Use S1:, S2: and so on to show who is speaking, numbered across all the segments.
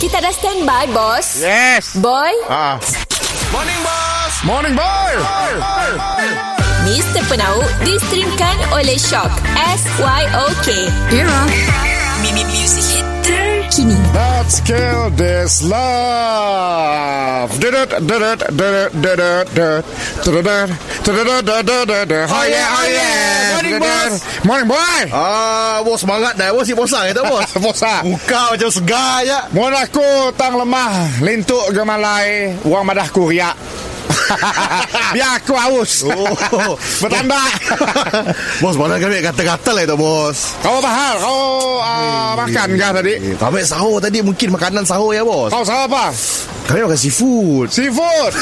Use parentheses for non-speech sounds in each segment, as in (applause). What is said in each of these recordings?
S1: Kita dah standby, bos.
S2: Yes.
S1: Boy,
S2: Ya. Ah.
S3: Morning Boss
S2: Morning boy.
S1: Mr. Penau distrimkan oleh Shock. S-Y-O-K. Era. Mimi Music Hit terkini.
S2: Let's kill this love. Dudut, dudut, dudut, dudut, dudut, dudut, dudut, dudut, dudut. Oh yeah, oh yeah.
S3: Morning,
S2: Dudut. Morning boy.
S3: Ah, bos semangat dah. Bos si bos lah, kata (laughs) bos.
S2: Bos ah.
S3: Muka macam segar ya. je.
S2: Mun aku tang lemah, lintuk gemalai, wang madah kuriak. (laughs) Biar aku haus.
S3: (laughs) Oh.
S2: (laughs) Bertanda.
S3: bos, mana kami kata-kata lah itu, bos.
S2: Kau apa hal? Kau uh, makan kah tadi?
S3: Eh, kami sahur tadi mungkin makanan sahur ya, bos.
S2: Kau sahur apa?
S3: Kami makan seafood.
S2: (laughs) Seafood.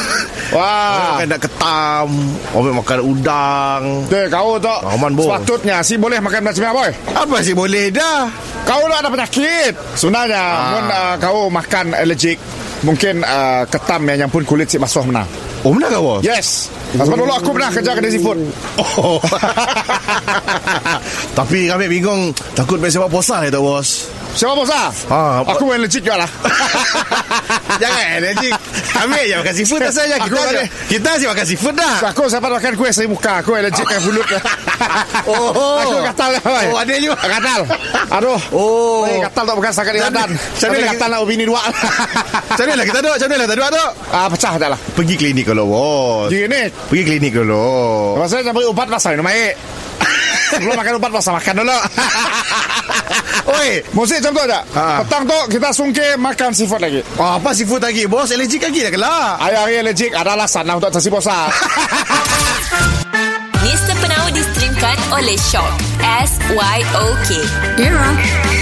S2: Wah.
S3: Kami makan nak ketam. Kami makan udang.
S2: Dek, kau tak
S3: Rahman, Bo.
S2: Sepatutnya si boleh makan macam apa boy
S3: Apa sih boleh dah?
S2: Kau tak ada penyakit Sebenarnya ah. Mun uh, kau makan allergic Mungkin uh, ketam yang nyampun kulit si basuh menang
S3: Oh, benar ke, bos?
S2: Yes Sebab dulu aku pernah kerja kedai seafood
S3: Oh. (laughs) Tapi kami bingung takut main sepak posah itu, ya, bos.
S2: Siapa bosah?
S3: Ah, apa-
S2: aku allergic juga lah
S3: (laughs) Jangan energi. Kami yang makan seafood tak saja.
S2: Aku
S3: Kita,
S2: tak ada.
S3: kita asyik makan seafood dah.
S2: (laughs) Aku siapa makan kuih saya muka Aku allergic dengan mulut
S3: (laughs) Oh.
S2: Aku gatal lah boy
S3: Oh, ada juga.
S2: Gatal Aduh
S3: Oh.
S2: Saya gatal tak bukan setakat di
S3: Jadi-
S2: badan
S3: jadi
S2: Tapi
S3: lagi-
S2: gatal nak bini
S3: (laughs)
S2: dua
S3: Macam mana lah kita duk? Macam mana lah tak duk duk?
S2: Ah, Pecah tak lah
S3: Pergi klinik dulu, bos.
S2: Jadi ni
S3: Pergi klinik dulu. (laughs)
S2: Lepas tu Oh. nak beri ubat pasal minum air (laughs) Sebelum makan ubat pasal makan dulu (laughs)
S3: Oi.
S2: Musik macam tu aja
S3: Ha.
S2: Petang tu kita sungkir makan seafood lagi
S3: Oh, apa seafood lagi, bos? Allergic lagi dah kelak.
S2: Ayah hari allergic ada alasan lah untuk tersi puasa
S1: Mr. Penau distrimkan oleh Shock. S-Y-O-K. Era.